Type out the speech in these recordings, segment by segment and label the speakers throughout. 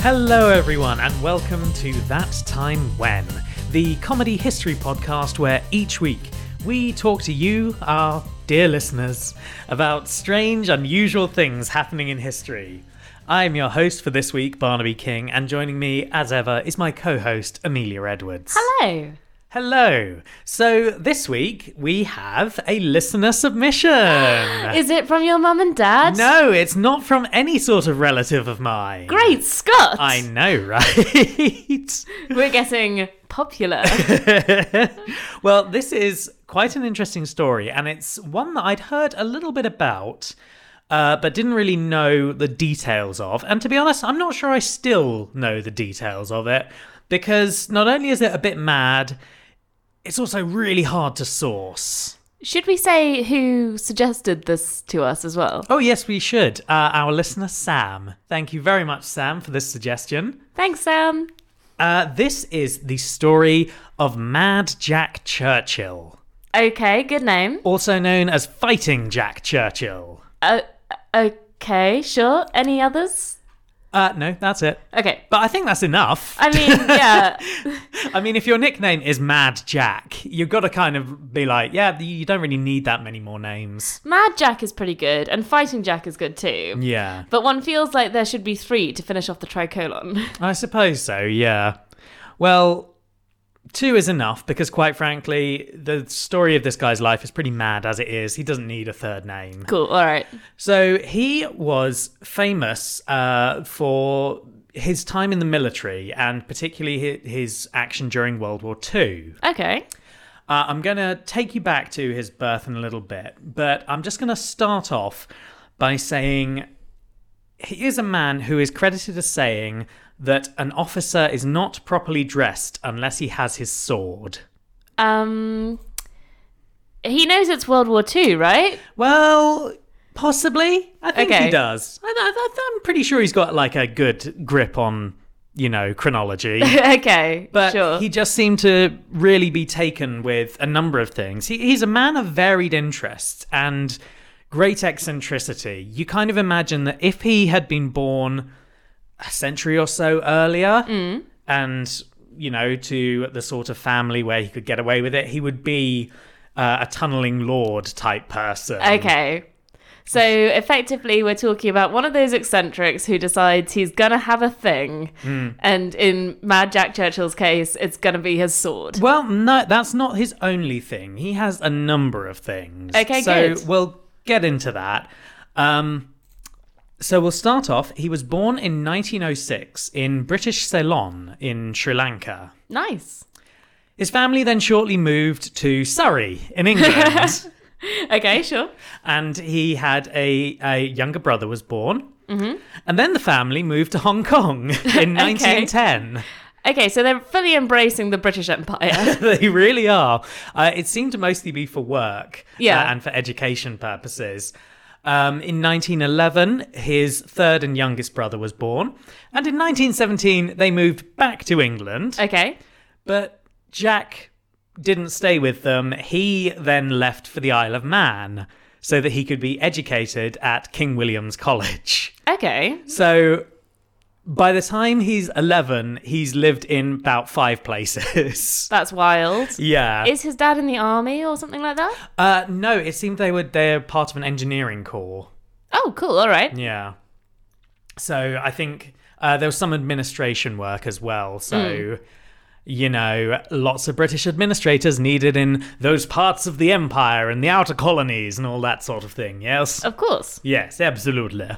Speaker 1: Hello, everyone, and welcome to That Time When, the comedy history podcast where each week we talk to you, our dear listeners, about strange, unusual things happening in history. I'm your host for this week, Barnaby King, and joining me, as ever, is my co host, Amelia Edwards.
Speaker 2: Hello.
Speaker 1: Hello. So this week we have a listener submission.
Speaker 2: Is it from your mum and dad?
Speaker 1: no, it's not from any sort of relative of mine.
Speaker 2: Great Scott.
Speaker 1: I know, right?
Speaker 2: We're getting popular.
Speaker 1: well, this is quite an interesting story, and it's one that I'd heard a little bit about, uh, but didn't really know the details of. And to be honest, I'm not sure I still know the details of it, because not only is it a bit mad, it's also really hard to source.
Speaker 2: Should we say who suggested this to us as well?
Speaker 1: Oh, yes, we should. Uh, our listener, Sam. Thank you very much, Sam, for this suggestion.
Speaker 2: Thanks, Sam.
Speaker 1: Uh, this is the story of Mad Jack Churchill,
Speaker 2: Okay, good name.
Speaker 1: also known as Fighting Jack Churchill.
Speaker 2: Uh, okay, sure. Any others?
Speaker 1: Uh, no, that's it.
Speaker 2: Okay.
Speaker 1: But I think that's enough.
Speaker 2: I mean, yeah.
Speaker 1: I mean, if your nickname is Mad Jack, you've got to kind of be like, yeah, you don't really need that many more names.
Speaker 2: Mad Jack is pretty good, and Fighting Jack is good too.
Speaker 1: Yeah.
Speaker 2: But one feels like there should be three to finish off the tricolon.
Speaker 1: I suppose so, yeah. Well, two is enough because, quite frankly, the story of this guy's life is pretty mad as it is. He doesn't need a third name.
Speaker 2: cool, all right.
Speaker 1: So he was famous uh, for his time in the military and particularly hi- his action during World War II.
Speaker 2: Okay.
Speaker 1: Uh, I'm going to take you back to his birth in a little bit, but I'm just going to start off by saying he is a man who is credited as saying that an officer is not properly dressed unless he has his sword.
Speaker 2: Um, he knows it's World War II, right?
Speaker 1: Well, possibly. I think he
Speaker 2: Okay.
Speaker 1: does. I, I, I'm pretty sure he's got like a good grip on, you know, chronology.
Speaker 2: okay,
Speaker 1: But
Speaker 2: sure.
Speaker 1: he just seemed to really be taken with a number of things. He, he's a man of varied interests and great eccentricity. You kind of imagine that if he had been born a century or so earlier and, you know, to the sort of family where he could get away with it, he would be uh, a tunneling lord type person.
Speaker 2: Okay. So effectively, we're talking about one of those eccentrics who decides he's gonna have a thing,
Speaker 1: Hmm.
Speaker 2: and in Mad Jack Churchill's case, it's gonna be his sword.
Speaker 1: Well, no, that's not his only thing. He has a number of things.
Speaker 2: Okay,
Speaker 1: so
Speaker 2: good.
Speaker 1: we'll get into that. Um, so we'll start off. He was born in 1906 in British Ceylon in Sri Lanka.
Speaker 2: Nice.
Speaker 1: His family then shortly moved to Surrey in England,
Speaker 2: Okay, sure.
Speaker 1: and he had a, a younger brother was born.
Speaker 2: Mm-hmm.
Speaker 1: And then the family moved to Hong Kong in 1910.
Speaker 2: Okay, so they're fully embracing the British Empire.
Speaker 1: they really are. Uh, it seemed to mostly be for work
Speaker 2: Yeah.
Speaker 1: uh, and for education purposes. Um, in 1911, his third and youngest brother was born. And in 1917, they moved back to England.
Speaker 2: okay.
Speaker 1: But Jack didn't stay with them. He then left for the Isle of Man so that he could be educated at King William's College.
Speaker 2: Okay.
Speaker 1: So by the time he's 11, he's lived in about five places.
Speaker 2: That's wild.
Speaker 1: yeah.
Speaker 2: Is his dad in the army or something like that?
Speaker 1: Uh, no, it seemed they were they're part of an engineering corps.
Speaker 2: Oh, cool. All right.
Speaker 1: Yeah. So I think uh, there was some administration work as well. So. You know, lots of British administrators needed in those parts of the empire and the outer colonies and all that sort of thing, yes?
Speaker 2: Of course.
Speaker 1: Yes, absolutely.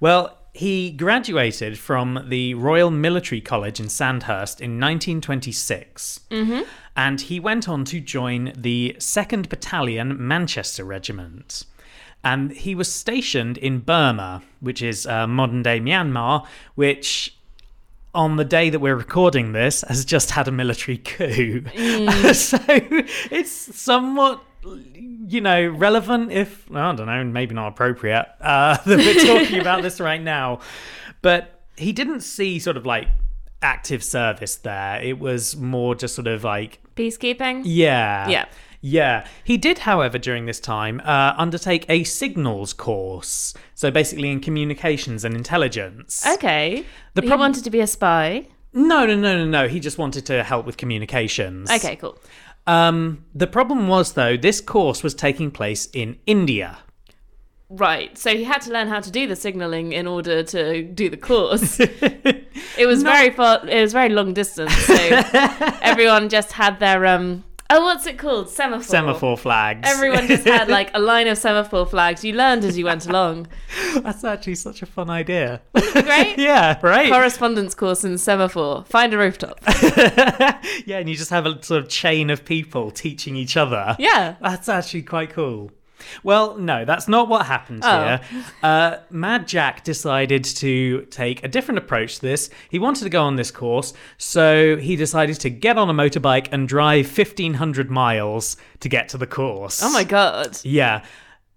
Speaker 1: Well, he graduated from the Royal Military College in Sandhurst in 1926. And he went on to join the 2nd Battalion Manchester Regiment. And he was stationed in Burma, which is uh, modern day Myanmar, which. On the day that we're recording this, has just had a military coup. so it's somewhat you know, relevant if I don't know, maybe not appropriate uh, that we're talking about this right now. But he didn't see sort of like active service there. It was more just sort of like
Speaker 2: Peacekeeping.
Speaker 1: yeah,
Speaker 2: Yeah.
Speaker 1: Yeah. He did, however, during this time, uh, undertake a signals course. So basically in communications and intelligence.
Speaker 2: Okay.
Speaker 1: The
Speaker 2: he
Speaker 1: prob-
Speaker 2: wanted to be a spy.
Speaker 1: No, no, no, no, no. He just wanted to help with communications.
Speaker 2: Okay, cool.
Speaker 1: Um, the problem was, though, this course was taking place in India.
Speaker 2: Right. So he had to learn how to do the signaling in order to do the course. it was very far it was very long distance, so everyone just had their um oh what's it called? Semaphore.
Speaker 1: Semaphore flags.
Speaker 2: Everyone just had like a line of semaphore flags. You learned as you went along.
Speaker 1: That's actually such a fun idea.
Speaker 2: Great.
Speaker 1: yeah, right?
Speaker 2: Correspondence course in semaphore. Find a rooftop.
Speaker 1: yeah, and you just have a sort of chain of people teaching each other.
Speaker 2: Yeah.
Speaker 1: That's actually quite cool. Well, no, that's not what happened
Speaker 2: Oh.
Speaker 1: here. Uh, Mad Jack decided to take a different approach to this. He wanted to go on this course, so he decided to get on a motorbike and drive 1,500 miles to get to the course.
Speaker 2: Oh my god.
Speaker 1: Yeah.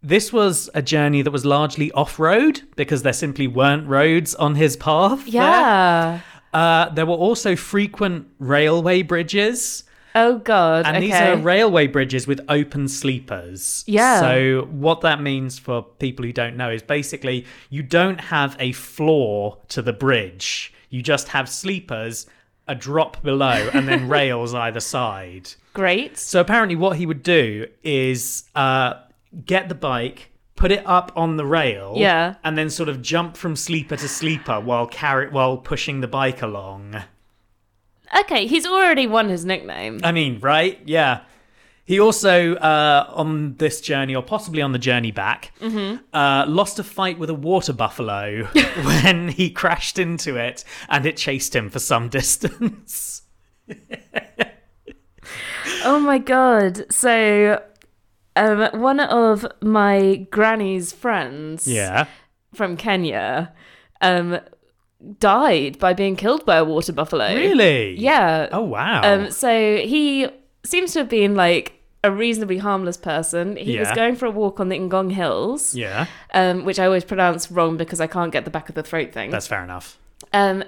Speaker 1: This was a journey that was largely off road because there simply weren't roads on his path. there.
Speaker 2: Yeah.
Speaker 1: Uh, there were also frequent railway bridges.
Speaker 2: Oh god.
Speaker 1: And
Speaker 2: okay.
Speaker 1: these are railway bridges with open sleepers.
Speaker 2: Yeah.
Speaker 1: So, what that means for people who don't know is basically you don't have a floor to the bridge, you just have sleepers a drop below and then rails either side.
Speaker 2: great.
Speaker 1: So apparently, what he would do is uh, get the bike, put it up on the rail,
Speaker 2: Yeah.
Speaker 1: and then sort of jump from sleeper to sleeper while carry while pushing the bike along.
Speaker 2: Okay, he's already won his nickname.
Speaker 1: I mean, right? Yeah. He also, uh, on this journey, or possibly on the journey back,
Speaker 2: Mm-hmm.
Speaker 1: uh, lost a fight with a water buffalo when he crashed into it and it chased him for some distance.
Speaker 2: Oh my god. So um one of my granny's friends from Kenya um died by being killed by a water buffalo.
Speaker 1: Really?
Speaker 2: Yeah.
Speaker 1: Oh, wow.
Speaker 2: Um so he seems to have been like a reasonably harmless person. He was
Speaker 1: Yeah.
Speaker 2: going for a walk on the Ngong Hills,
Speaker 1: yeah.
Speaker 2: um, which I always pronounce wrong because I can't get the back of the throat thing.
Speaker 1: That's fair enough.
Speaker 2: um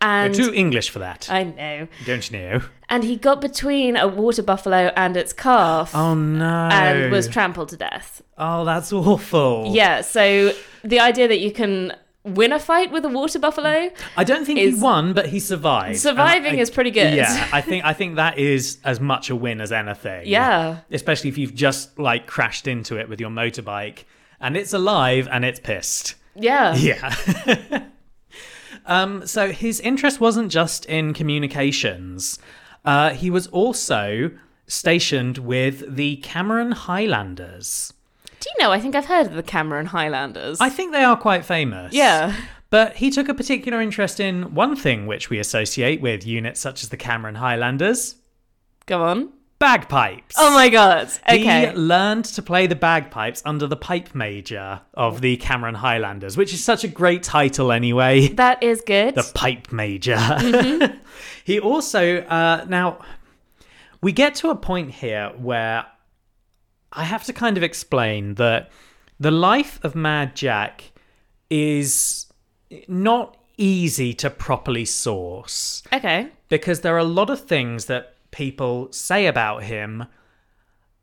Speaker 2: and
Speaker 1: You're too English for that,
Speaker 2: I know.
Speaker 1: don't you know?
Speaker 2: And he got between a water buffalo and its calf.
Speaker 1: Oh no!
Speaker 2: and was trampled to death.
Speaker 1: oh, that's awful.
Speaker 2: Yeah, so the idea that you can win a fight with a water buffalo,
Speaker 1: I don't think
Speaker 2: Is-
Speaker 1: he won, but he survived.
Speaker 2: surviving
Speaker 1: And I-
Speaker 2: is pretty good.
Speaker 1: Yeah, I think I think that is as much a win as anything.
Speaker 2: Yeah.
Speaker 1: especially if you've just like crashed into it with your motorbike and it's alive and it's pissed.
Speaker 2: Yeah.
Speaker 1: Yeah. um, so his interest wasn't just in communications. Uh, he was also stationed with the Cameron Highlanders.
Speaker 2: Do you know, I think I've heard of the Cameron Highlanders.
Speaker 1: I think they are quite famous.
Speaker 2: yeah.
Speaker 1: But he took a particular interest in one thing which we associate with units such as the Cameron Highlanders
Speaker 2: Go on.
Speaker 1: bagpipes.
Speaker 2: Oh my god.
Speaker 1: He
Speaker 2: Okay.
Speaker 1: learned to play the bagpipes under the pipe major of the Cameron Highlanders, which is such a great title anyway.
Speaker 2: That is good.
Speaker 1: The pipe major. he also, uh, now, we get to a point here where I have to kind of explain that the life of Mad Jack is not easy to properly source
Speaker 2: okay.
Speaker 1: because there are a lot of things that people say about him,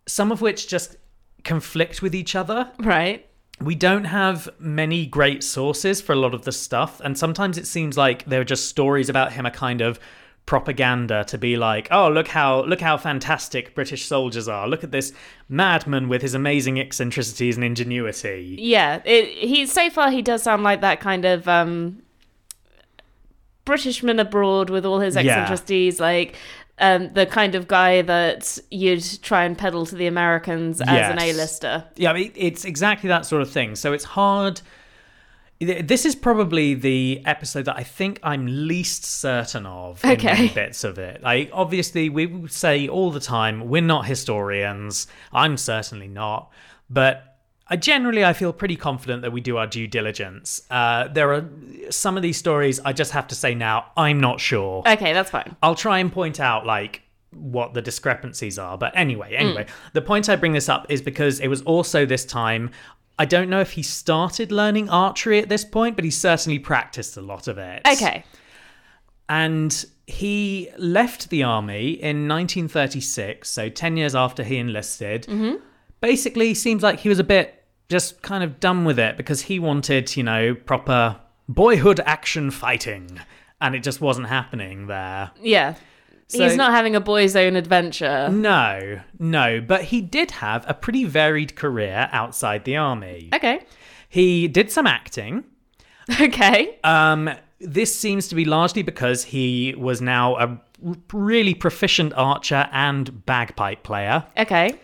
Speaker 1: some of which just conflict with each other.
Speaker 2: Right.
Speaker 1: We don't have many great sources for a lot of the stuff, and sometimes it seems like they're just stories about him, a kind of propaganda to be like, oh, look how look how fantastic British soldiers are. Look at this madman with his amazing eccentricities and ingenuity.
Speaker 2: Yeah. It, he so far he does sound like that kind of um Britishman abroad with all his
Speaker 1: Yeah.
Speaker 2: eccentricities, like um, the kind of guy that you'd try and peddle to the Americans as an
Speaker 1: Yes.
Speaker 2: A-lister.
Speaker 1: yeah, I mean, it's exactly that sort of thing. So it's hard. th- This is probably the episode that I think I'm least certain of in
Speaker 2: Okay.
Speaker 1: many bits of it. Like, obviously, we say all the time we're not historians. I'm certainly not, but I generally I feel pretty confident that we do our due diligence. Uh, there are some of these stories I just have to say now I'm not sure.
Speaker 2: Okay, that's fine.
Speaker 1: I'll try and point out like what the discrepancies are. But anyway, anyway, the point I bring this up is because it was also this time. I don't know if he started learning archery at this point, but he certainly practiced a lot of it.
Speaker 2: Okay.
Speaker 1: And he left the army in 1936, so 10 years after he enlisted. Basically, seems like he was a bit just kind of done with it because he wanted, you know, proper boyhood action fighting, and it just wasn't happening there.
Speaker 2: Yeah. Mm.
Speaker 1: So-
Speaker 2: He's not having a boy's own adventure.
Speaker 1: No, no, but he did have a pretty varied career outside the army.
Speaker 2: Okay.
Speaker 1: He did some acting.
Speaker 2: Okay.
Speaker 1: Um, this seems to be largely because he was now a r- really proficient archer and bagpipe player.
Speaker 2: Okay.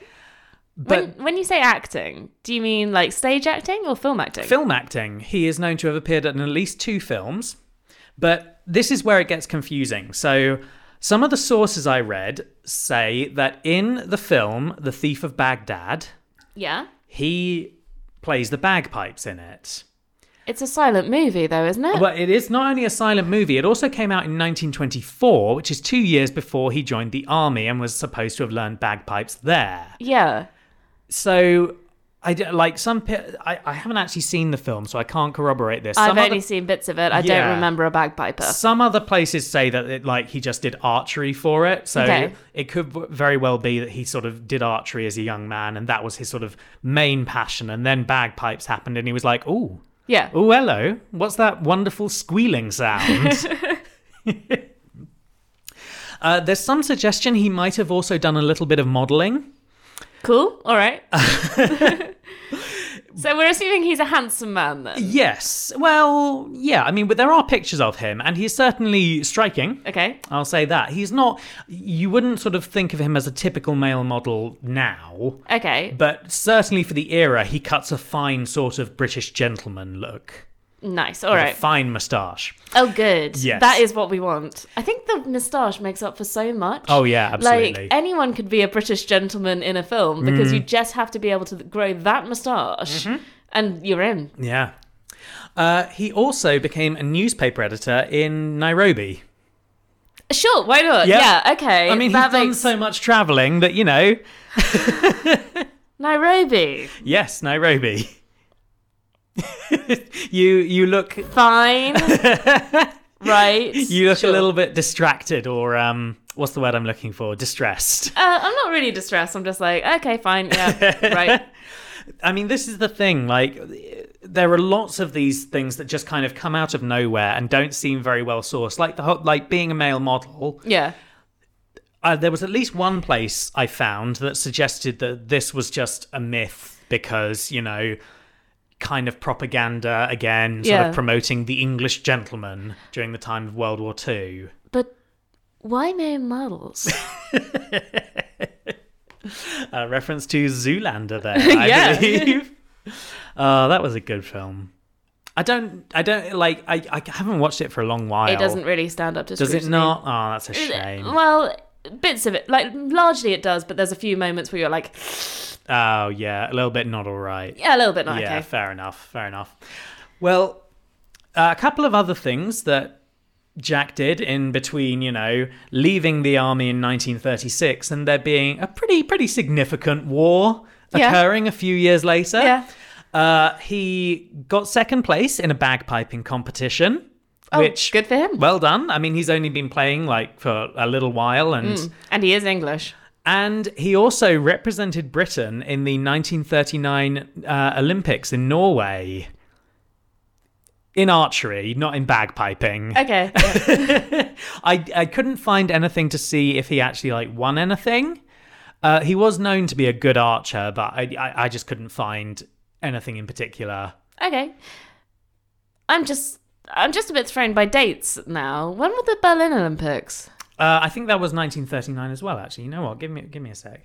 Speaker 1: But
Speaker 2: when, when you say acting, do you mean like stage acting or film acting?
Speaker 1: film acting, he is known to have appeared in at least two films. But this is where it gets confusing. So, some of the sources I read say that in the film The Thief of Baghdad,
Speaker 2: yeah.
Speaker 1: he plays the bagpipes in it.
Speaker 2: It's a silent movie, though, isn't it?
Speaker 1: Well, it is not only a silent movie, it also came out in 1924, which is two years before he joined the army and was supposed to have learned bagpipes there.
Speaker 2: yeah.
Speaker 1: So, I d- like some. Pe- I, I haven't actually seen the film, so I can't corroborate this.
Speaker 2: I've
Speaker 1: some,
Speaker 2: only
Speaker 1: other,
Speaker 2: seen bits of it. I
Speaker 1: Yeah.
Speaker 2: don't remember a bagpiper.
Speaker 1: some other places say that it, like he just did archery for it, so
Speaker 2: Okay.
Speaker 1: it could v- very well be that he sort of did archery as a young man, and that was his sort of main passion. And then bagpipes happened, and he was like, "Ooh,
Speaker 2: Yeah.
Speaker 1: Oh, hello. What's that wonderful squealing sound? uh, there's some suggestion he might have also done a little bit of modeling.
Speaker 2: Cool. All right. so we're assuming he's a handsome man then.
Speaker 1: Yes. Well, yeah. I mean, but there are pictures of him, and he's certainly striking.
Speaker 2: Okay.
Speaker 1: I'll say that. He's not, you wouldn't sort of think of him as a typical male model now,
Speaker 2: Okay.
Speaker 1: but certainly for the era, he cuts a fine sort of British gentleman look.
Speaker 2: Nice. All
Speaker 1: with
Speaker 2: right.
Speaker 1: A fine moustache.
Speaker 2: Oh, good.
Speaker 1: Yes.
Speaker 2: That is what we want. I think the moustache makes up for so much.
Speaker 1: Oh, yeah, absolutely. Hmm.
Speaker 2: Like, anyone could be a British gentleman in a film because you just have to be able to grow that moustache
Speaker 1: Mm-hmm.
Speaker 2: and you're in.
Speaker 1: Yeah. Uh, he also became a newspaper editor in Nairobi.
Speaker 2: Sure, why not?
Speaker 1: Yeah.
Speaker 2: Yeah, okay.
Speaker 1: I mean, he's
Speaker 2: that
Speaker 1: done
Speaker 2: makes
Speaker 1: so much traveling that, you know,
Speaker 2: Nairobi.
Speaker 1: yes, Nairobi. you you look
Speaker 2: Fine. right.
Speaker 1: you look
Speaker 2: sure.
Speaker 1: a little bit distracted or um what's the word I'm looking for? Distressed.
Speaker 2: Uh, I'm not really distressed. I'm just like, okay, fine. Yeah, right.
Speaker 1: I mean, this is the thing, like there are lots of these things that just kind of come out of nowhere and don't seem very well sourced. Like the whole, like being a male model,
Speaker 2: Yeah.
Speaker 1: uh, there was at least one place I found that suggested that this was just a myth because, you know, kind of propaganda again, sort
Speaker 2: Yeah.
Speaker 1: of promoting the English gentleman during the time of World War II.
Speaker 2: But why male models?
Speaker 1: Uh, reference to Zoolander there, I
Speaker 2: Yeah.
Speaker 1: believe. Uh, that was a good film. I don't, I don't like, I, I haven't watched it for a long while.
Speaker 2: It doesn't really stand up to
Speaker 1: Does it
Speaker 2: scrutiny.
Speaker 1: not? Oh, that's a shame.
Speaker 2: Well, bits of it. Like, largely it does, but there's a few moments where you're like,
Speaker 1: Oh, yeah, a little bit not all right.
Speaker 2: yeah, a little bit not
Speaker 1: yeah,
Speaker 2: Ah, okay.
Speaker 1: fair enough. Fair enough. Well, uh, a couple of other things that Jack did in between, you know, leaving the army in 1936 and there being a pretty, pretty significant war
Speaker 2: Yeah.
Speaker 1: occurring a few years later.
Speaker 2: Yeah.
Speaker 1: Uh, he got second place in a bagpiping competition,
Speaker 2: Oh,
Speaker 1: which
Speaker 2: good for him.
Speaker 1: Well done. I mean, he's only been playing like for a little while, and
Speaker 2: And he is English.
Speaker 1: and he also represented Britain in the 1939 uh, Olympics in Norway. In archery, not in bagpiping.
Speaker 2: Okay. yeah.
Speaker 1: I, I couldn't find anything to see if he actually like won anything. Uh, he was known to be a good archer, but I, I I just couldn't find anything in particular.
Speaker 2: okay. I'm just. I'm just a bit thrown by dates now. When were the Berlin Olympics?
Speaker 1: Uh, I think that was 1939 as well. Actually, you know what? Give me give me a sec.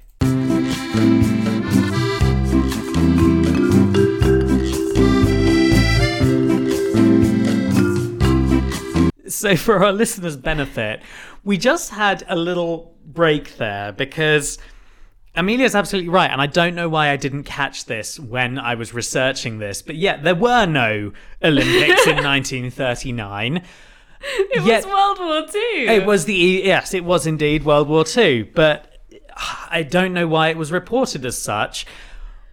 Speaker 1: So, for our listeners' benefit, we just had a little break there because Amelia's absolutely right. And I don't know why I didn't catch this when I was researching this. But yeah, there were no Olympics in 1939.
Speaker 2: It
Speaker 1: Yeah.
Speaker 2: was World War Two.
Speaker 1: It was the E, yes, it was indeed World War Two, but I don't know why it was reported as such.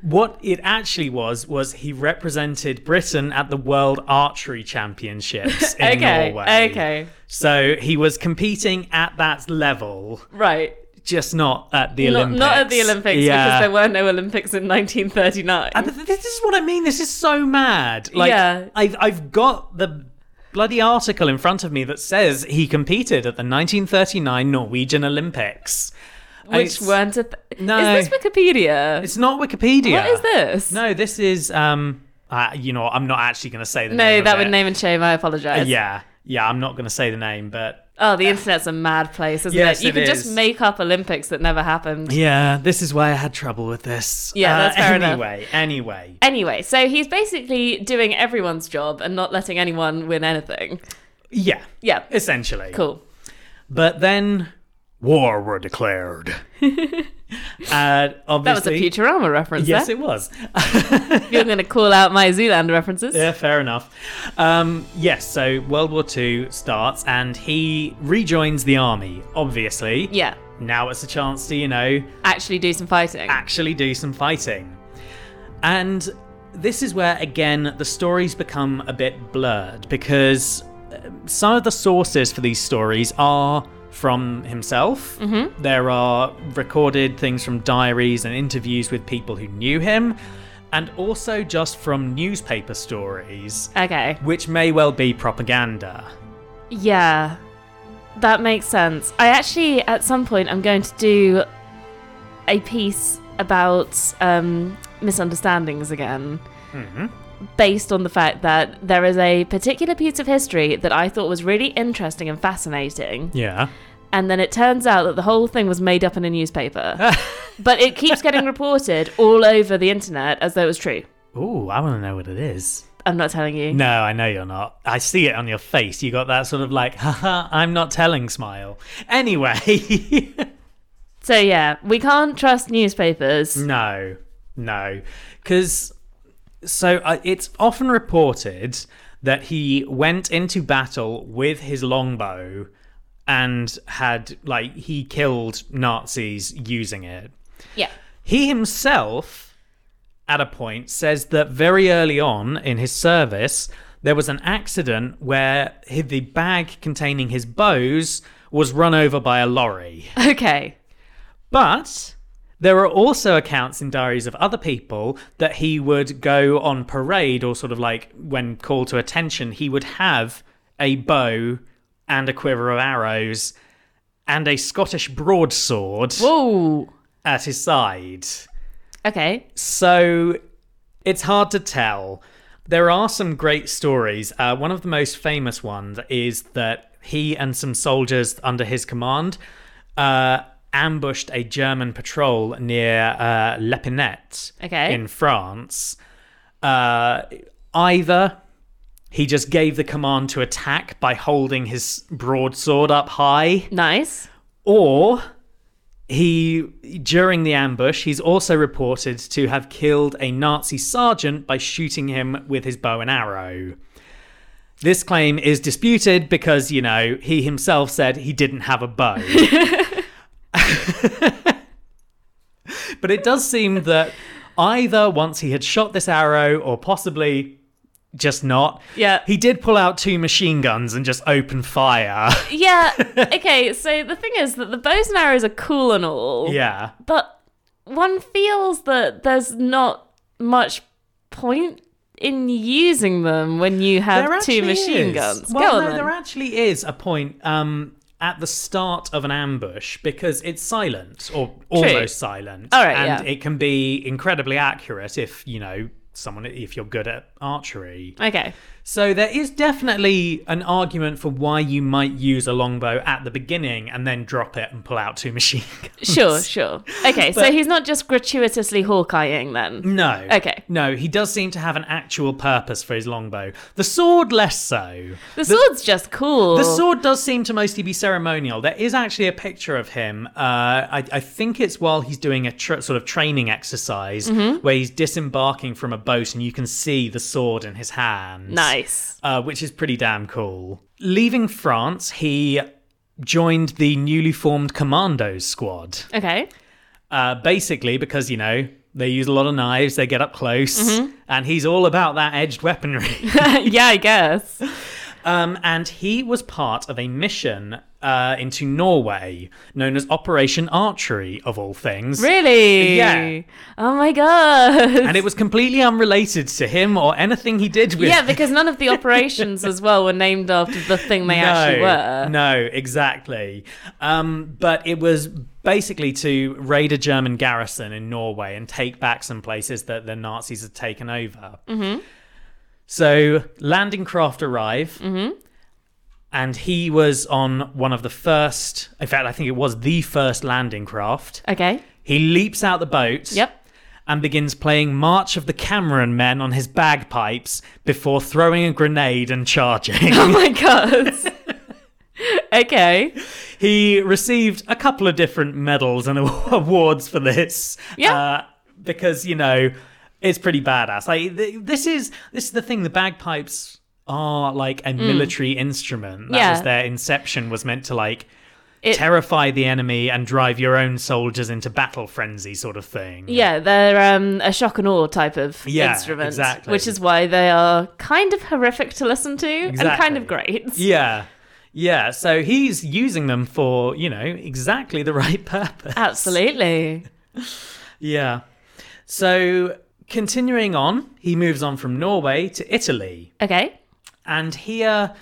Speaker 1: What it actually was was he represented Britain at the World Archery Championships in
Speaker 2: okay.
Speaker 1: Norway.
Speaker 2: Okay.
Speaker 1: So he was competing at that level,
Speaker 2: Right.
Speaker 1: just not at the
Speaker 2: Not,
Speaker 1: Olympics.
Speaker 2: not at the Olympics
Speaker 1: Yeah.
Speaker 2: because there were no Olympics in 1939.
Speaker 1: Uh, but th- this is what I mean. This is so mad. Like
Speaker 2: Yeah.
Speaker 1: I've I've got the bloody article in front of me that says he competed at the 1939 Norwegian Olympics. And
Speaker 2: which
Speaker 1: it's-
Speaker 2: weren't a. Th-
Speaker 1: No.
Speaker 2: Is this Wikipedia?
Speaker 1: It's not Wikipedia.
Speaker 2: What is this?
Speaker 1: No, this is um. Uh, you know, I'm not actually going to say the name.
Speaker 2: No,
Speaker 1: of
Speaker 2: that would
Speaker 1: it. Uh,
Speaker 2: name and shame. I apologize.
Speaker 1: Yeah, yeah, I'm not going to say the name, but
Speaker 2: Oh, the internet's a mad place, isn't
Speaker 1: Yes,
Speaker 2: it? You
Speaker 1: it
Speaker 2: can
Speaker 1: is.
Speaker 2: just make up Olympics that never happened.
Speaker 1: yeah, this is why I had trouble with this. Uh,
Speaker 2: Yeah, that's fair enough.
Speaker 1: Anyway, anyway,
Speaker 2: Anyway, so he's basically doing everyone's job and not letting anyone win anything.
Speaker 1: yeah,
Speaker 2: Yeah.
Speaker 1: essentially.
Speaker 2: Cool.
Speaker 1: But then war were declared. uh, obviously,
Speaker 2: That was a Futurama reference
Speaker 1: Yes,
Speaker 2: there.
Speaker 1: it was.
Speaker 2: You're going to call out my Zoolander references.
Speaker 1: yeah, fair enough. Um, yes, so World War II starts, and he rejoins the army. Obviously,
Speaker 2: Yeah.
Speaker 1: Now it's a chance to you know
Speaker 2: Actually do some fighting.
Speaker 1: actually do some fighting. And this is where, again, the stories become a bit blurred because uh, some of the sources for these stories are from himself. There are recorded things from diaries and interviews with people who knew him, and also just from newspaper stories,
Speaker 2: okay.
Speaker 1: which may well be propaganda.
Speaker 2: Yeah. That makes sense. I actually, at some point, I'm going to do a piece about um, misunderstandings again.
Speaker 1: Mm-hmm.
Speaker 2: Based on the fact that there is a particular piece of history that I thought was really interesting and fascinating,
Speaker 1: Yeah.
Speaker 2: and then it turns out that the whole thing was made up in a newspaper. but it keeps getting reported all over the internet as though it was true.
Speaker 1: Ooh, I want to know what it is.
Speaker 2: I'm not telling you.
Speaker 1: No, I know you're not. I see it on your face. You got that sort of like, haha, I'm not telling smile. Anyway.
Speaker 2: So, yeah, we can't trust newspapers.
Speaker 1: Mm. no, no. Because, so uh, it's often reported that he went into battle with his longbow and had, like, he killed Nazis using it.
Speaker 2: Yeah.
Speaker 1: He himself, at a point, says that very early on in his service, there was an accident where he- the bag containing his bows was run over by a lorry.
Speaker 2: Okay.
Speaker 1: But there are also accounts in diaries of other people that he would go on parade or sort of like when called to attention, he would have a bow and a quiver of arrows and a Scottish broadsword
Speaker 2: Whoa.
Speaker 1: at his side.
Speaker 2: Okay.
Speaker 1: So it's hard to tell. There are some great stories. Uh, one of the most famous ones is that he and some soldiers under his command uh, ambushed a German patrol near uh, Lepinette
Speaker 2: Okay.
Speaker 1: in France. Uh, either he just gave the command to attack by holding his broadsword up high,
Speaker 2: Nice.
Speaker 1: or he during the ambush he's also reported to have killed a nazi sergeant by shooting him with his bow and arrow this claim is disputed because you know he himself said he didn't have a bow but it does seem that either once he had shot this arrow or possibly just not
Speaker 2: Yeah.
Speaker 1: he did pull out two machine guns and just open fire
Speaker 2: Yeah. Okay. So the thing is that the bows and arrows are cool and all.
Speaker 1: yeah
Speaker 2: But one feels that there's not much point in using them when you have two
Speaker 1: actually
Speaker 2: machine
Speaker 1: is.
Speaker 2: guns.
Speaker 1: Well,
Speaker 2: Go
Speaker 1: no,
Speaker 2: on
Speaker 1: there
Speaker 2: then.
Speaker 1: actually is a point um, at the start of an ambush because it's silent or almost silent,
Speaker 2: All right,
Speaker 1: and
Speaker 2: yeah.
Speaker 1: it can be incredibly accurate if you know someone if you're good at archery.
Speaker 2: okay.
Speaker 1: So there is definitely an argument for why you might use a longbow at the beginning and then drop it and pull out two machine guns.
Speaker 2: Sure. Sure. Okay. so he's not just gratuitously Hawkeyeing then.
Speaker 1: No.
Speaker 2: Okay.
Speaker 1: No, he does seem to have an actual purpose for his longbow. The sword, less so.
Speaker 2: The sword's just cool.
Speaker 1: The sword does seem to mostly be ceremonial. There is actually a picture of him. Uh, I, I think it's while he's doing a tr- sort of training exercise where he's disembarking from a boat, and you can see the sword in his hand.
Speaker 2: Nice.
Speaker 1: uh, which is pretty damn cool. Leaving France, he joined the newly formed Commandos Squad.
Speaker 2: Okay.
Speaker 1: Uh, basically, because you know They use a lot of knives, they get up close, and he's all about that edged weaponry.
Speaker 2: yeah, I guess.
Speaker 1: um, and he was part of a mission uh, into Norway known as Operation Archery, of all things.
Speaker 2: Really?
Speaker 1: Yeah.
Speaker 2: Oh my god.
Speaker 1: And it was completely unrelated to him or anything he did with
Speaker 2: Yeah, because none of the operations as well were named after the thing they actually were.
Speaker 1: No, exactly. Um, but it was basically to raid a German garrison in Norway and take back some places that the Nazis had taken over.
Speaker 2: Mm-hmm.
Speaker 1: So landing craft arrive.
Speaker 2: Mm-hmm.
Speaker 1: And he was on one of the first, in fact, I think it was the first landing craft.
Speaker 2: Okay.
Speaker 1: He leaps out the boat
Speaker 2: Yep.
Speaker 1: and begins playing March of the Cameron Men on his bagpipes before throwing a grenade and charging.
Speaker 2: Oh my god. okay.
Speaker 1: He received a couple of different medals and awards for this.
Speaker 2: Yeah.
Speaker 1: Uh, because, you know, it's pretty badass. Like th- this is this is the thing the bagpipes are like a military instrument. That
Speaker 2: Mm. Yeah.
Speaker 1: was their inception was meant to like
Speaker 2: It-
Speaker 1: terrify the enemy and drive your own soldiers into battle frenzy sort of thing.
Speaker 2: Yeah, they're um, a shock and awe type of
Speaker 1: Yeah,
Speaker 2: instrument,
Speaker 1: exactly.
Speaker 2: which is why they are kind of horrific to listen to and kind of great.
Speaker 1: Yeah. Yeah, so he's using them for, you know, exactly the right purpose.
Speaker 2: Absolutely.
Speaker 1: Yeah. So continuing on, he moves on from Norway to Italy.
Speaker 2: Okay.
Speaker 1: And here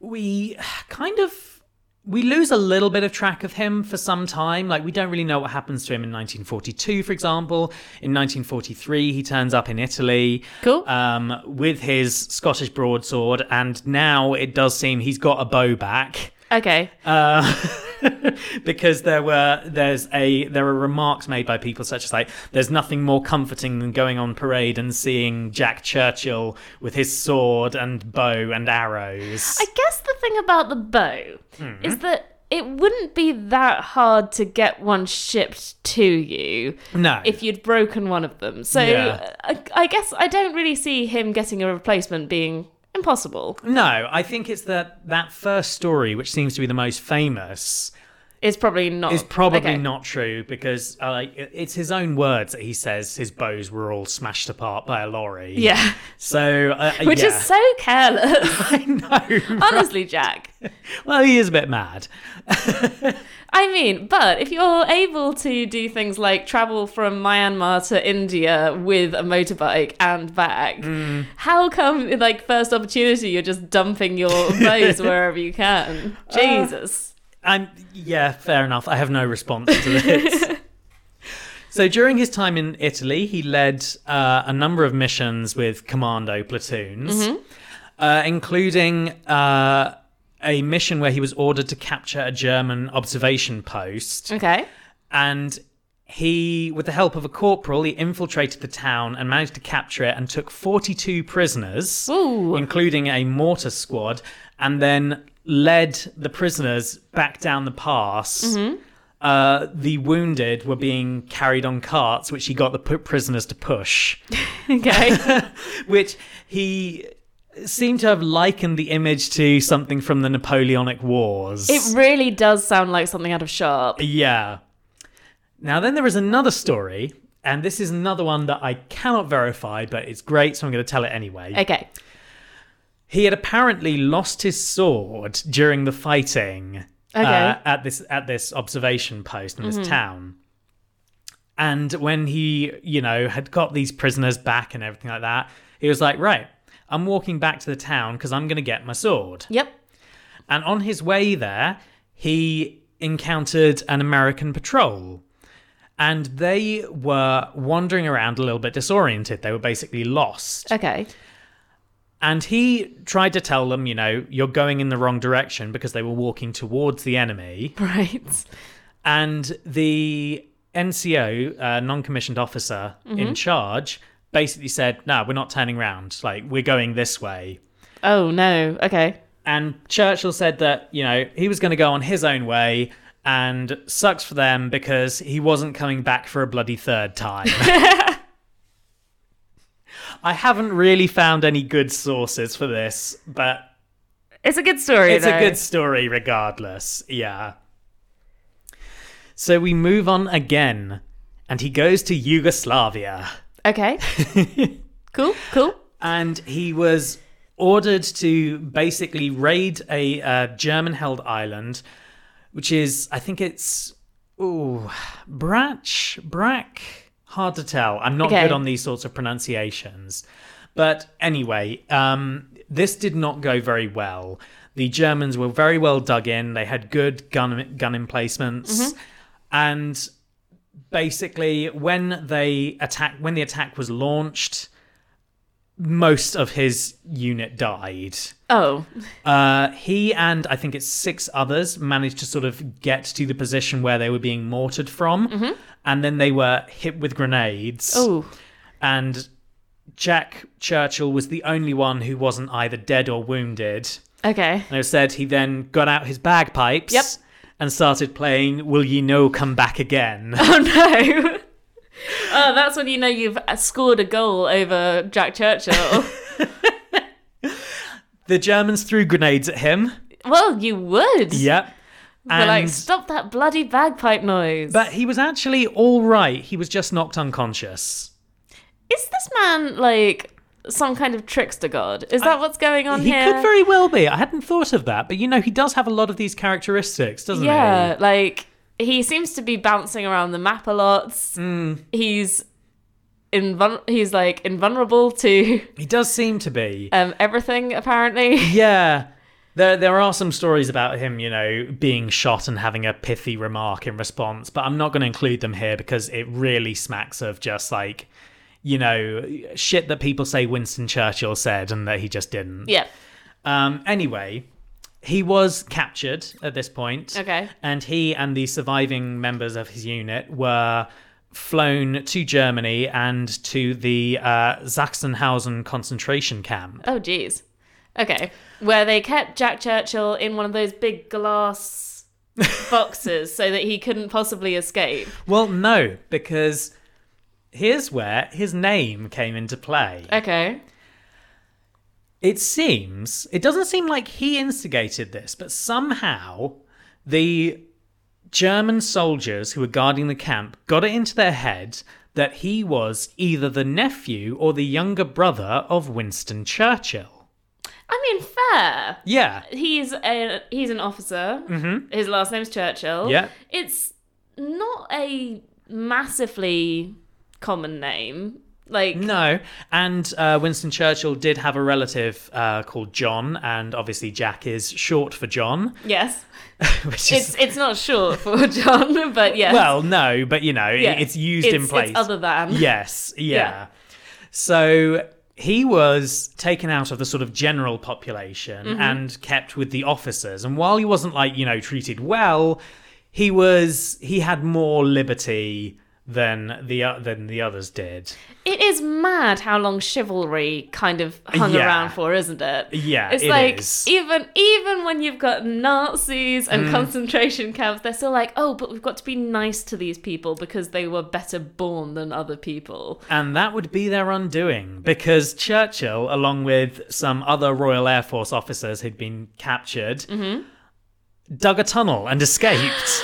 Speaker 1: we kind of we lose a little bit of track of him for some time. Like we don't really know what happens to him in 1942, for example. In 1943, he turns up in Italy
Speaker 2: Cool.
Speaker 1: um, with his Scottish broadsword, and now it does seem he's got a bow back.
Speaker 2: okay.
Speaker 1: Uh, because there were there's a there are remarks made by people such as like there's nothing more comforting than going on parade and seeing Jack Churchill with his sword and bow and arrows.
Speaker 2: I guess the thing about the bow is that it wouldn't be that hard to get one shipped to you
Speaker 1: no,
Speaker 2: if you'd broken one of them. So
Speaker 1: Yeah.
Speaker 2: I, I guess I don't really see him getting a replacement being impossible.
Speaker 1: no, I think it's that that first story which seems to be the most famous
Speaker 2: It's probably not.
Speaker 1: is probably
Speaker 2: Oh, okay.
Speaker 1: not true because uh, like it- it's his own words that he says his bows were all smashed apart by a lorry.
Speaker 2: Yeah.
Speaker 1: so uh,
Speaker 2: Which
Speaker 1: yeah.
Speaker 2: is so careless.
Speaker 1: I know.
Speaker 2: Honestly, Jack.
Speaker 1: Well, he is a bit mad.
Speaker 2: I mean, but if you're able to do things like travel from Myanmar to India with a motorbike and back,
Speaker 1: Mm.
Speaker 2: how come, like, first opportunity, you're just dumping your bows wherever you can?
Speaker 1: Uh,
Speaker 2: Jesus.
Speaker 1: I'm yeah, fair enough. I have no response to this. so during his time in Italy, he led uh, a number of missions with commando platoons, uh, including uh, a mission where he was ordered to capture a German observation post,
Speaker 2: Okay.
Speaker 1: and he, with the help of a corporal, he infiltrated the town and managed to capture it and took 42 prisoners
Speaker 2: Ooh.
Speaker 1: including a mortar squad, and then led the prisoners back down the pass.
Speaker 2: Mm-hmm.
Speaker 1: Uh, the wounded were being carried on carts, which he got the p- prisoners to push,
Speaker 2: Okay.
Speaker 1: which he seemed to have likened the image to something from the Napoleonic Wars.
Speaker 2: it really does sound like something out of Sharp.
Speaker 1: Yeah. Now, then there is another story, and this is another one that I cannot verify, but it's great, so I'm going to tell it anyway.
Speaker 2: Okay.
Speaker 1: He had apparently lost his sword during the fighting uh,
Speaker 2: Okay. Mm-hmm.
Speaker 1: at this at this observation post in this town. And when he, you know, had got these prisoners back and everything like that, he was like, "Right, I'm walking back to the town because I'm going to get my sword."
Speaker 2: Yep.
Speaker 1: And on his way there, he encountered an American patrol. And they were wandering around a little bit disoriented. They were basically lost.
Speaker 2: Okay.
Speaker 1: And he tried to tell them, you know, you're going in the wrong direction because they were walking towards the enemy.
Speaker 2: Right.
Speaker 1: And the NCO, uh, non commissioned officer in charge, basically said, no, we're not turning round. Like, we're going this way.
Speaker 2: Oh, no. Okay.
Speaker 1: And Churchill said that, you know, he was going to go on his own way and sucks for them because he wasn't coming back for a bloody third time. I haven't really found any good sources for this, but
Speaker 2: It's a good story.
Speaker 1: it's
Speaker 2: though.
Speaker 1: a good story regardless yeah so we move on again and he goes to Yugoslavia.
Speaker 2: Okay. cool. Cool.
Speaker 1: And he was ordered to basically raid a uh, German held island, which is, I think it's, ooh, Brach, Brack. Hard to tell. I'm not
Speaker 2: Okay.
Speaker 1: good on these sorts of pronunciations. But anyway, um, this did not go very well. The Germans were very well dug in. They had good gun gun emplacements, and basically when they attack when the attack was launched most of his unit died
Speaker 2: Oh.
Speaker 1: uh, he and i think it's six others managed to sort of get to the position where they were being mortared from and then they were hit with grenades
Speaker 2: Oh.
Speaker 1: and jack churchill was the only one who wasn't either dead or wounded
Speaker 2: Okay.
Speaker 1: and it was said he then got out his bagpipes
Speaker 2: Yep.
Speaker 1: and started playing will ye know come back again
Speaker 2: Oh no. Oh, that's when you know you've scored a goal over Jack Churchill.
Speaker 1: the germans threw grenades at him
Speaker 2: well, you would.
Speaker 1: Yep.
Speaker 2: They're
Speaker 1: And,
Speaker 2: like, stop that bloody bagpipe noise.
Speaker 1: but he was actually all right. He was just knocked unconscious.
Speaker 2: is this man like some kind of trickster god? Is that what's going on
Speaker 1: He
Speaker 2: here?
Speaker 1: could very well be. I hadn't thought of that, but you know, he does have a lot of these characteristics, doesn't
Speaker 2: yeah, like he seems to be bouncing around the map a lot.
Speaker 1: Hmm.
Speaker 2: He's invul- he's like invulnerable to
Speaker 1: he? He does seem to be.
Speaker 2: um, everything apparently.
Speaker 1: yeah. There, there are some stories about him, you know, being shot and having a pithy remark in response, but I'm not going to include them here because it really smacks of just like, you know, shit that people say Winston Churchill said and that he just didn't.
Speaker 2: yeah.
Speaker 1: Um, anyway, he was captured at this point.
Speaker 2: Okay.
Speaker 1: And he and the surviving members of his unit were flown to Germany and to the uh, Sachsenhausen concentration camp.
Speaker 2: Oh jeez. Okay. Where they kept Jack Churchill in one of those big glass boxes so that he couldn't possibly escape.
Speaker 1: Well, no, because here's where his name came into play.
Speaker 2: Okay.
Speaker 1: It seems, it doesn't seem like he instigated this, but somehow the German soldiers who were guarding the camp got it into their head that he was either the nephew or the younger brother of Winston Churchill.
Speaker 2: I mean, fair.
Speaker 1: Yeah.
Speaker 2: He's a he's an officer. Mm-hmm. His last name's Churchill.
Speaker 1: Yeah.
Speaker 2: It's not a massively common name. Like
Speaker 1: No. And uh, Winston Churchill did have a relative uh, called John, and obviously Jack is short for John,
Speaker 2: yes,
Speaker 1: which is.
Speaker 2: it's it's not short for John, but yes.
Speaker 1: well, no, but you know, it-
Speaker 2: Yeah.
Speaker 1: it's used in
Speaker 2: It's-
Speaker 1: place.
Speaker 2: It's other than
Speaker 1: Yes, yeah.
Speaker 2: Yeah.
Speaker 1: So he was taken out of the sort of general population
Speaker 2: Mm-hmm.
Speaker 1: and kept with the officers. And while he wasn't like, you know, treated well, he was he had more liberty than the uh, than the others did.
Speaker 2: It is mad how long chivalry kind of hung
Speaker 1: Yeah.
Speaker 2: around for, isn't it?
Speaker 1: Yeah,
Speaker 2: it's
Speaker 1: it
Speaker 2: like e-
Speaker 1: is. Mm.
Speaker 2: even even when you've got Nazis and concentration camps, they're still like, oh, but we've got to be nice to these people because they were better born than other people.
Speaker 1: And that would be their undoing because Churchill, along with some other Royal Air Force officers who'd been captured,
Speaker 2: Mm-hmm.
Speaker 1: dug a tunnel and escaped.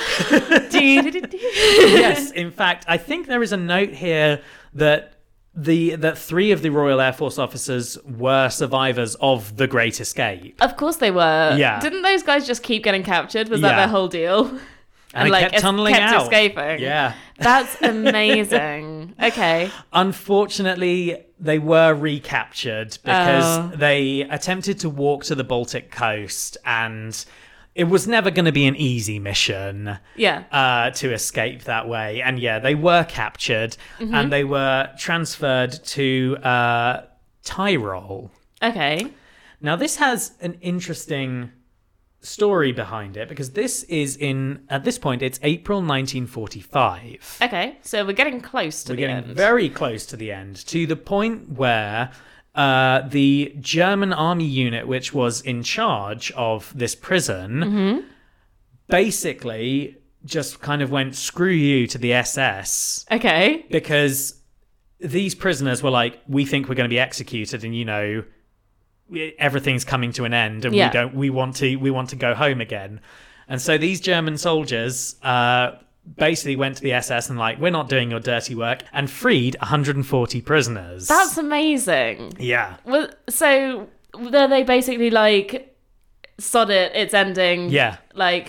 Speaker 2: Doo-doo-doo-doo.
Speaker 1: yes, in fact, I think there is a note here that the that three of the Royal Air Force officers were survivors of the Great Escape,
Speaker 2: of course they were.
Speaker 1: Yeah.
Speaker 2: Didn't those guys just keep getting captured? Was
Speaker 1: Yeah.
Speaker 2: that their whole deal? And,
Speaker 1: and, it kept
Speaker 2: es-
Speaker 1: tunneling
Speaker 2: kept
Speaker 1: out,
Speaker 2: escaping.
Speaker 1: Yeah,
Speaker 2: That's amazing. okay.
Speaker 1: unfortunately, they were recaptured because
Speaker 2: Oh.
Speaker 1: they attempted to walk to the Baltic coast, and it was never going to be an easy mission.
Speaker 2: Yeah.
Speaker 1: uh, to escape that way. And yeah, they were captured
Speaker 2: Mm-hmm.
Speaker 1: and they were transferred to uh, Tyrol.
Speaker 2: Okay.
Speaker 1: Now, this has an interesting story behind it because this is in, at this point, it's April 1945.
Speaker 2: Okay. So we're getting close to
Speaker 1: We're
Speaker 2: the
Speaker 1: getting
Speaker 2: end.
Speaker 1: very close to the end, to the point where uh, the German army unit, which was in charge of this prison,
Speaker 2: Mm-hmm.
Speaker 1: basically just kind of went screw you to the SS
Speaker 2: okay.
Speaker 1: because these prisoners were like, we think we're going to be executed, and you know, we- everything's coming to an end, and
Speaker 2: Yeah.
Speaker 1: we don't, we want to, we want to go home again. And so these German soldiers uh, basically went to the SS and like, we're not doing your dirty work, and freed 140 prisoners.
Speaker 2: That's amazing.
Speaker 1: yeah.
Speaker 2: Well, so were they basically like, sod it, it's ending.
Speaker 1: Yeah.
Speaker 2: Like,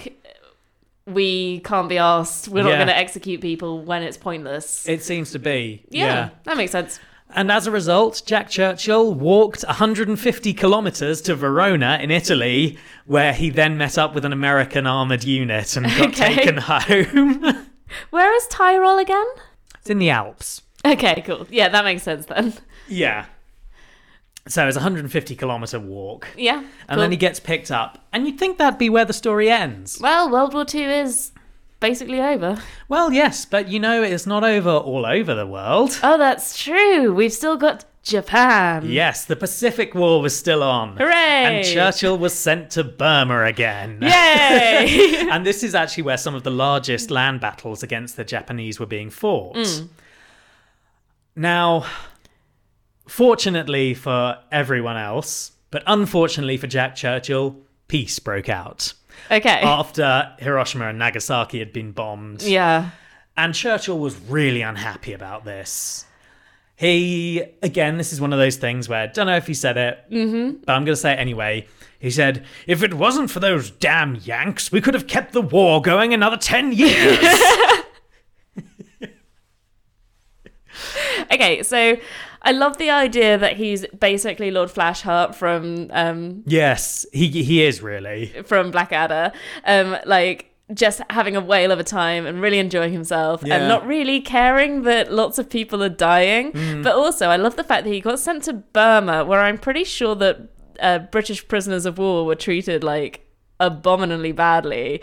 Speaker 2: we can't be asked. We're not
Speaker 1: Yeah.
Speaker 2: going to execute people when it's pointless.
Speaker 1: It seems to be.
Speaker 2: yeah, that makes sense.
Speaker 1: And as a result, Jack Churchill walked 150 kilometers to Verona in Italy, where he then met up with an American armored unit and got
Speaker 2: Okay.
Speaker 1: taken home.
Speaker 2: Where is Tyrol again?
Speaker 1: it's in the Alps.
Speaker 2: Okay, cool. Yeah, that makes sense then.
Speaker 1: Yeah. So it's a 150 kilometer walk.
Speaker 2: Yeah.
Speaker 1: And then
Speaker 2: cool.
Speaker 1: he gets picked up. And you'd think that'd be where the story ends.
Speaker 2: Well, World War Two is basically over.
Speaker 1: Well, yes, but you know, it's not over all over the world.
Speaker 2: Oh, that's true. We've still got Japan.
Speaker 1: Yes, the Pacific War was still on.
Speaker 2: Hooray!
Speaker 1: And Churchill was sent to Burma again.
Speaker 2: Yay!
Speaker 1: and this is actually where some of the largest land battles against the Japanese were being fought. Now, fortunately for everyone else, but unfortunately for Jack Churchill, peace broke out
Speaker 2: okay.
Speaker 1: Oh. after Hiroshima and Nagasaki had been bombed.
Speaker 2: Eh. yeah.
Speaker 1: And Churchill was really unhappy about this. He, again, this is one of those things where, don't know if he said it, but I'm going to say it anyway. He said, If it wasn't for those damn Yanks, we could have kept the war going another 10 years.
Speaker 2: Okay, so I love the idea that he's basically Lord Flashheart from um
Speaker 1: yes, he, he is really.
Speaker 2: from Blackadder. Um like just having a whale of a time and really enjoying himself
Speaker 1: Yeah.
Speaker 2: and not really caring that lots of people are dying.
Speaker 1: Mm.
Speaker 2: But also, I love the fact that he got sent to Burma, where I'm pretty sure that uh, British prisoners of war were treated like abominably badly.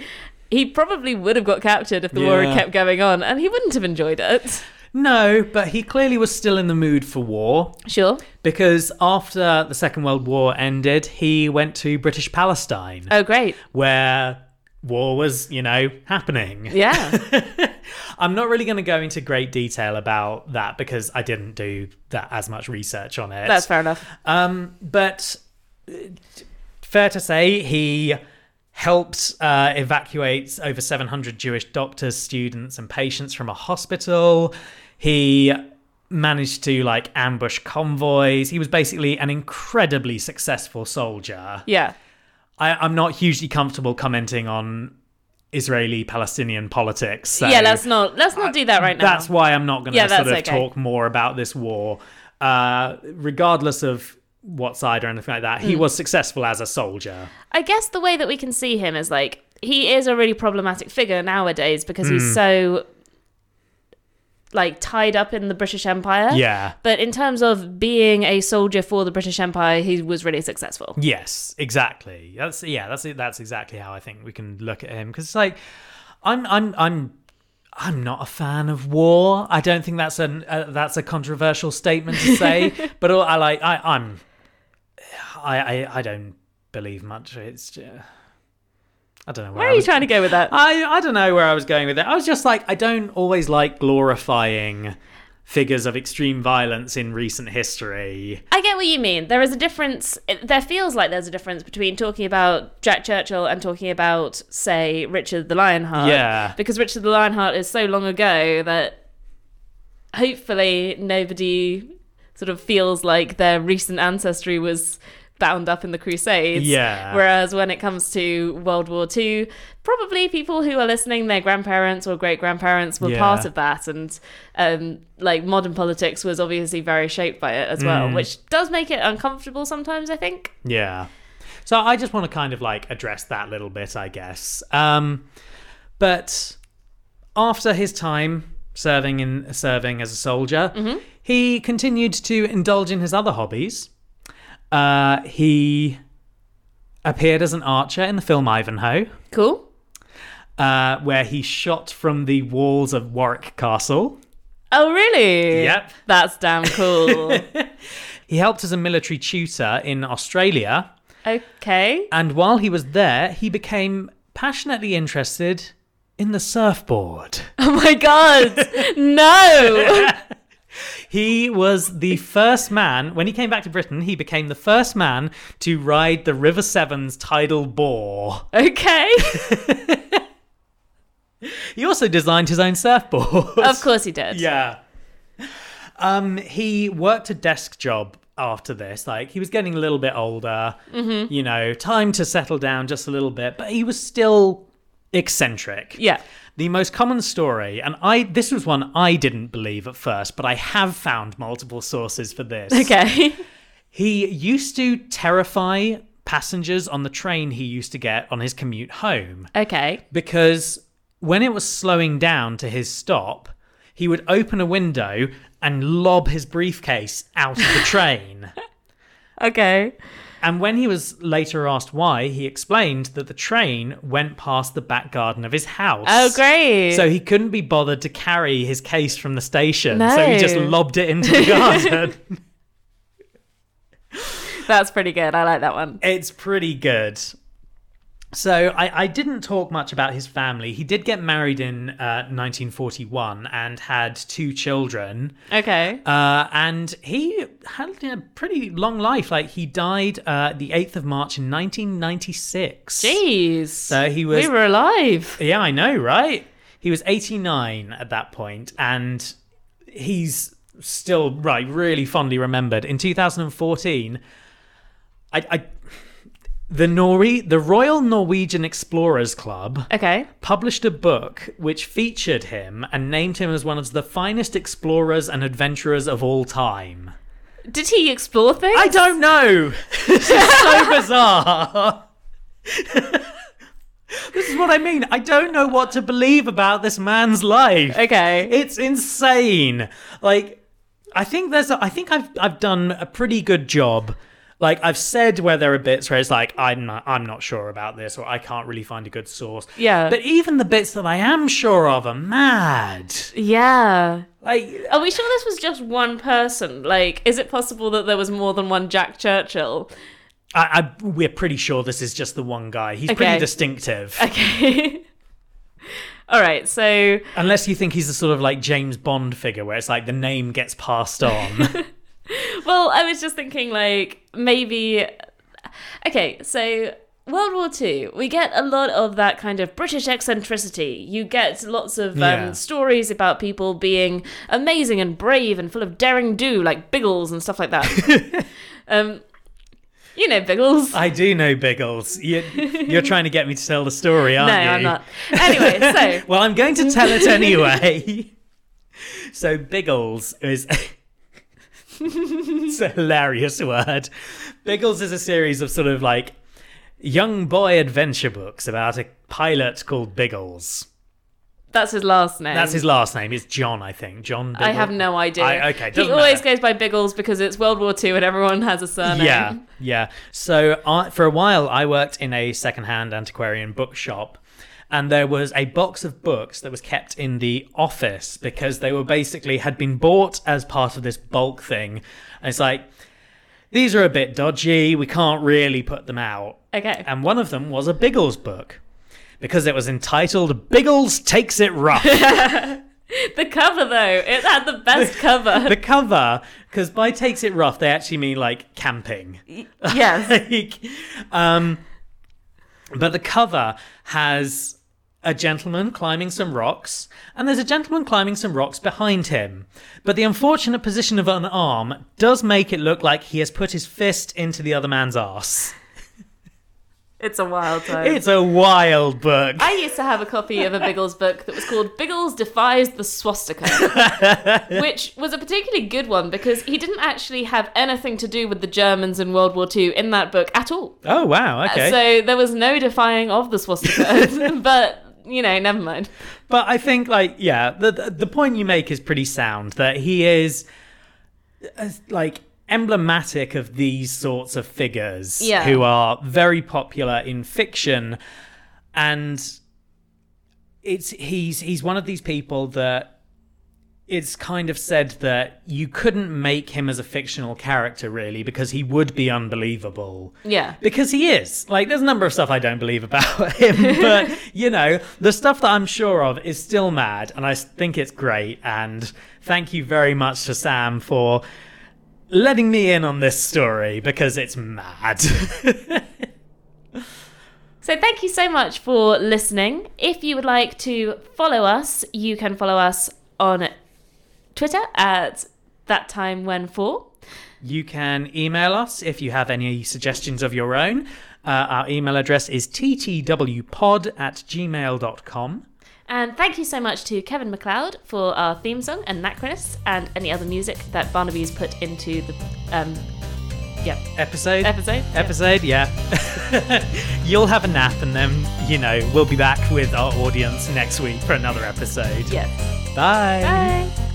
Speaker 2: He probably would have got captured if the war
Speaker 1: Yeah.
Speaker 2: had kept going on, and he wouldn't have enjoyed it.
Speaker 1: No, but he clearly was still in the mood for war
Speaker 2: Sure.
Speaker 1: because after the Second World War ended, he went to British Palestine,
Speaker 2: Oh, great.
Speaker 1: where war was, you know, happening.
Speaker 2: Yeah.
Speaker 1: I'm not really going to go into great detail about that because I didn't do that as much research on it.
Speaker 2: That's fair enough.
Speaker 1: Um, but uh, fair to say, he helped uh, evacuate over 700 Jewish doctors, students, and patients from a hospital. He managed to like ambush convoys. He was basically an incredibly successful soldier.
Speaker 2: Yeah.
Speaker 1: I, I'm not hugely comfortable commenting on Israeli-Palestinian politics. So
Speaker 2: yeah, let's not let's not do that right now.
Speaker 1: that's why I'm not going to
Speaker 2: Yeah,
Speaker 1: sort of
Speaker 2: that's okay.
Speaker 1: talk more about this war, uh, regardless of what side or anything like that. He
Speaker 2: Hmm.
Speaker 1: was successful as a soldier.
Speaker 2: I guess the way that we can see him is like he is a really problematic figure nowadays because he's so like tied up in the British Empire.
Speaker 1: Yeah.
Speaker 2: But in terms of being a soldier for the British Empire, he was really successful.
Speaker 1: Yes, exactly. That's yeah. That's that's exactly how I think we can look at him because it's like I'm I'm I'm. I'm not a fan of war. I don't think that's an uh, that's a controversial statement to say, but I like I I'm I I, I don't believe much. It's just, I don't know where
Speaker 2: Where
Speaker 1: I
Speaker 2: are you
Speaker 1: was
Speaker 2: trying to go with that?
Speaker 1: I I don't know where I was going with it. I was just like I don't always like glorifying figures of extreme violence in recent history.
Speaker 2: I get what you mean. There is a difference. It, there feels like there's a difference between talking about Jack Churchill and talking about, say, Richard the Lionheart.
Speaker 1: Yeah.
Speaker 2: Because Richard the Lionheart is so long ago that hopefully nobody sort of feels like their recent ancestry was bound up in the Crusades.
Speaker 1: Yeah.
Speaker 2: Whereas when it comes to World War II, probably people who are listening, their grandparents or great grandparents were
Speaker 1: Yeah.
Speaker 2: part of that. And um, like modern politics was obviously very shaped by it as
Speaker 1: Mm.
Speaker 2: well, which does make it uncomfortable sometimes, I think.
Speaker 1: Yeah. So I just want to kind of like address that little bit, I guess. Um, but after his time serving in serving as a soldier, he continued to indulge in his other hobbies. Uh, he appeared as an archer in the film Ivanhoe.
Speaker 2: Cool.
Speaker 1: uh, where he shot from the walls of Warwick Castle.
Speaker 2: Oh, really?
Speaker 1: Yep.
Speaker 2: That's damn cool.
Speaker 1: He helped as a military tutor in Australia,
Speaker 2: okay.
Speaker 1: and while he was there, he became passionately interested in the surfboard.
Speaker 2: Oh my God. No.
Speaker 1: He was the first man, when he came back to Britain, he became the first man to ride the River Sevens tidal bore.
Speaker 2: Okay.
Speaker 1: He also designed his own surfboard.
Speaker 2: Of course he did.
Speaker 1: Yeah. Um, he worked a desk job after this. Like he was getting a little bit older,
Speaker 2: Mm-hmm.
Speaker 1: you know, time to settle down just a little bit, but he was still eccentric.
Speaker 2: Yeah.
Speaker 1: The most common story, and I this was one I didn't believe at first, but I have found multiple sources for this.
Speaker 2: Okay.
Speaker 1: He used to terrify passengers on the train he used to get on his commute home
Speaker 2: okay.
Speaker 1: because when it was slowing down to his stop, he would open a window and lob his briefcase out of the train.
Speaker 2: Okay.
Speaker 1: and when he was later asked why, he explained that the train went past the back garden of his house.
Speaker 2: Oh, great.
Speaker 1: So he couldn't be bothered to carry his case from the station, so he just
Speaker 2: No.
Speaker 1: lobbed it into the garden.
Speaker 2: That's pretty good. I like that one.
Speaker 1: It's pretty good. So I, I didn't talk much about his family. He did get married in uh, 1941 and had two children.
Speaker 2: Okay.
Speaker 1: Uh, and he had a pretty long life. Like he died uh, the 8th of March in 1996.
Speaker 2: Jeez.
Speaker 1: So he was.
Speaker 2: we were alive.
Speaker 1: Yeah, I know, right? He was 89 at that point, and he's still right, really fondly remembered. In 2014, I, I the Nori, the Royal Norwegian Explorers Club
Speaker 2: Okay.
Speaker 1: published a book which featured him and named him as one of the finest explorers and adventurers of all time.
Speaker 2: Did he explore things?
Speaker 1: I don't know. this is so bizarre. this is what I mean. I don't know what to believe about this man's life.
Speaker 2: Okay.
Speaker 1: It's insane. Like, I think there's. A, I think I've I've done a pretty good job. Like I've said, where there are bits where it's like I'm not, I'm not sure about this, or I can't really find a good source.
Speaker 2: Yeah.
Speaker 1: But even the bits that I am sure of are mad.
Speaker 2: yeah.
Speaker 1: Like
Speaker 2: Are we sure this was just one person? Like, is it possible that there was more than one Jack Churchill?
Speaker 1: I, I we're pretty sure this is just the one guy. He's
Speaker 2: Okay.
Speaker 1: pretty distinctive.
Speaker 2: Okay. All right. So,
Speaker 1: Unless you think he's a sort of like James Bond figure where it's like the name gets passed on.
Speaker 2: well, I was just thinking, like, maybe. Okay, so World War II, we get a lot of that kind of British eccentricity. You get lots of um,
Speaker 1: Yeah.
Speaker 2: stories about people being amazing and brave and full of daring do, like Biggles and stuff like that. um, you know, Biggles.
Speaker 1: I do know Biggles. You, you're trying to get me to tell the story,
Speaker 2: no,
Speaker 1: aren't you?
Speaker 2: I'm not. Anyway, so.
Speaker 1: well, I'm going to tell it anyway. so Biggles is it's a hilarious word. Biggles is a series of sort of like young boy adventure books about a pilot called Biggles.
Speaker 2: That's his last name.
Speaker 1: That's his last name. It's John, I think. John. Biggles.
Speaker 2: Um, I have no idea.
Speaker 1: I- okay,
Speaker 2: he
Speaker 1: doesn't
Speaker 2: always
Speaker 1: matter.
Speaker 2: goes by Biggles because it's World War II and everyone has a surname.
Speaker 1: Yeah, yeah. So I, for a while, I worked in a secondhand antiquarian bookshop, and there was a box of books that was kept in the office because they were basically had been bought as part of this bulk thing. And it's like these are a bit dodgy. We can't really put them out.
Speaker 2: Okay.
Speaker 1: And one of them was a Biggles book because it was entitled "Biggles Takes It Rough."
Speaker 2: The cover though, it had the best cover.
Speaker 1: the cover, because by "takes it rough" they actually mean like camping.
Speaker 2: yes.
Speaker 1: like, um, but the cover has a gentleman climbing some rocks, and there's a gentleman climbing some rocks behind him. But the unfortunate position of an arm does make it look like he has put his fist into the other man's ass.
Speaker 2: It's a wild time.
Speaker 1: It's a wild book.
Speaker 2: I used to have a copy of a Biggles book that was called Biggles Defies the Swastika, which was a particularly good one because he didn't actually have anything to do with the Germans in World War II in that book at all.
Speaker 1: oh wow, okay.
Speaker 2: So there was no defying of the swastika, but you know, never mind.
Speaker 1: But I think, like, yeah, the the the point you make is pretty sound that he is, uh, like, emblematic of these sorts of figures
Speaker 2: Yeah.
Speaker 1: who are very popular in fiction, and it's he's he's one of these people that it's kind of said that you couldn't make him as a fictional character really because he would be unbelievable
Speaker 2: Yeah.
Speaker 1: because he is. Like, there's a number of stuff I don't believe about him, but, you know, the stuff that I'm sure of is still mad, and I s- think it's great. And thank you very much to Sam for letting me in on this story because it's mad.
Speaker 2: So thank you so much for listening. If you would like to follow us, you can follow us on Twitter at that time when for.
Speaker 1: You can email us if you have any suggestions of your own. Uh, our email address is ttwpod at gmail.com.
Speaker 2: And thank you so much to Kevin McLeod for our theme song, Anachronist, and any other music that Barnaby's put into the um, yeah.
Speaker 1: Episode?
Speaker 2: Episode?
Speaker 1: Episode, yeah. You'll have a nap and then, you know, we'll be back with our audience next week for another episode.
Speaker 2: Yes.
Speaker 1: Bye.
Speaker 2: Bye.